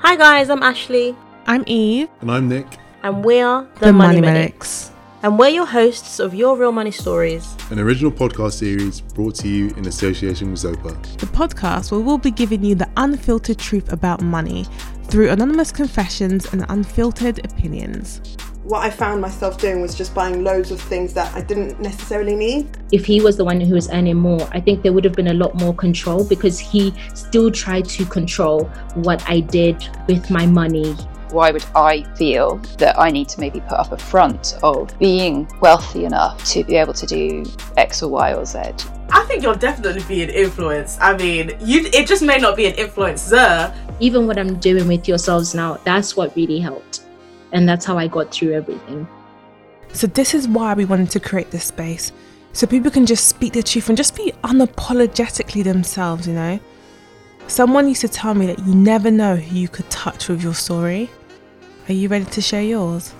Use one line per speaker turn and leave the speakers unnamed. Hi guys, I'm Ashley,
I'm Eve,
And I'm Nick,
and we're
the, Money Medics.
and we're your hosts of Your Real Money Stories.
an original podcast series brought to you in association with Zopa.
The podcast where we'll be giving you the unfiltered truth about money through anonymous confessions and unfiltered opinions.
what I found myself doing was just buying loads of things that I didn't necessarily need.
if he was the one who was earning more, I think there would have been a lot more control because he still tried to control what I did with my money.
why would I feel that I need to maybe put up a front of being wealthy enough to be able to do X or Y or Z?
I think you'll definitely be an influence. I mean, you it just may not be an influencer.
Even what I'm doing with yourselves now, that's what really helped. And that's how I got through everything.
So, this is why we wanted to create this space so people can just speak the truth and just be unapologetically themselves, you know? Someone used to tell me that you never know who you could touch with your story. Are you ready to share yours?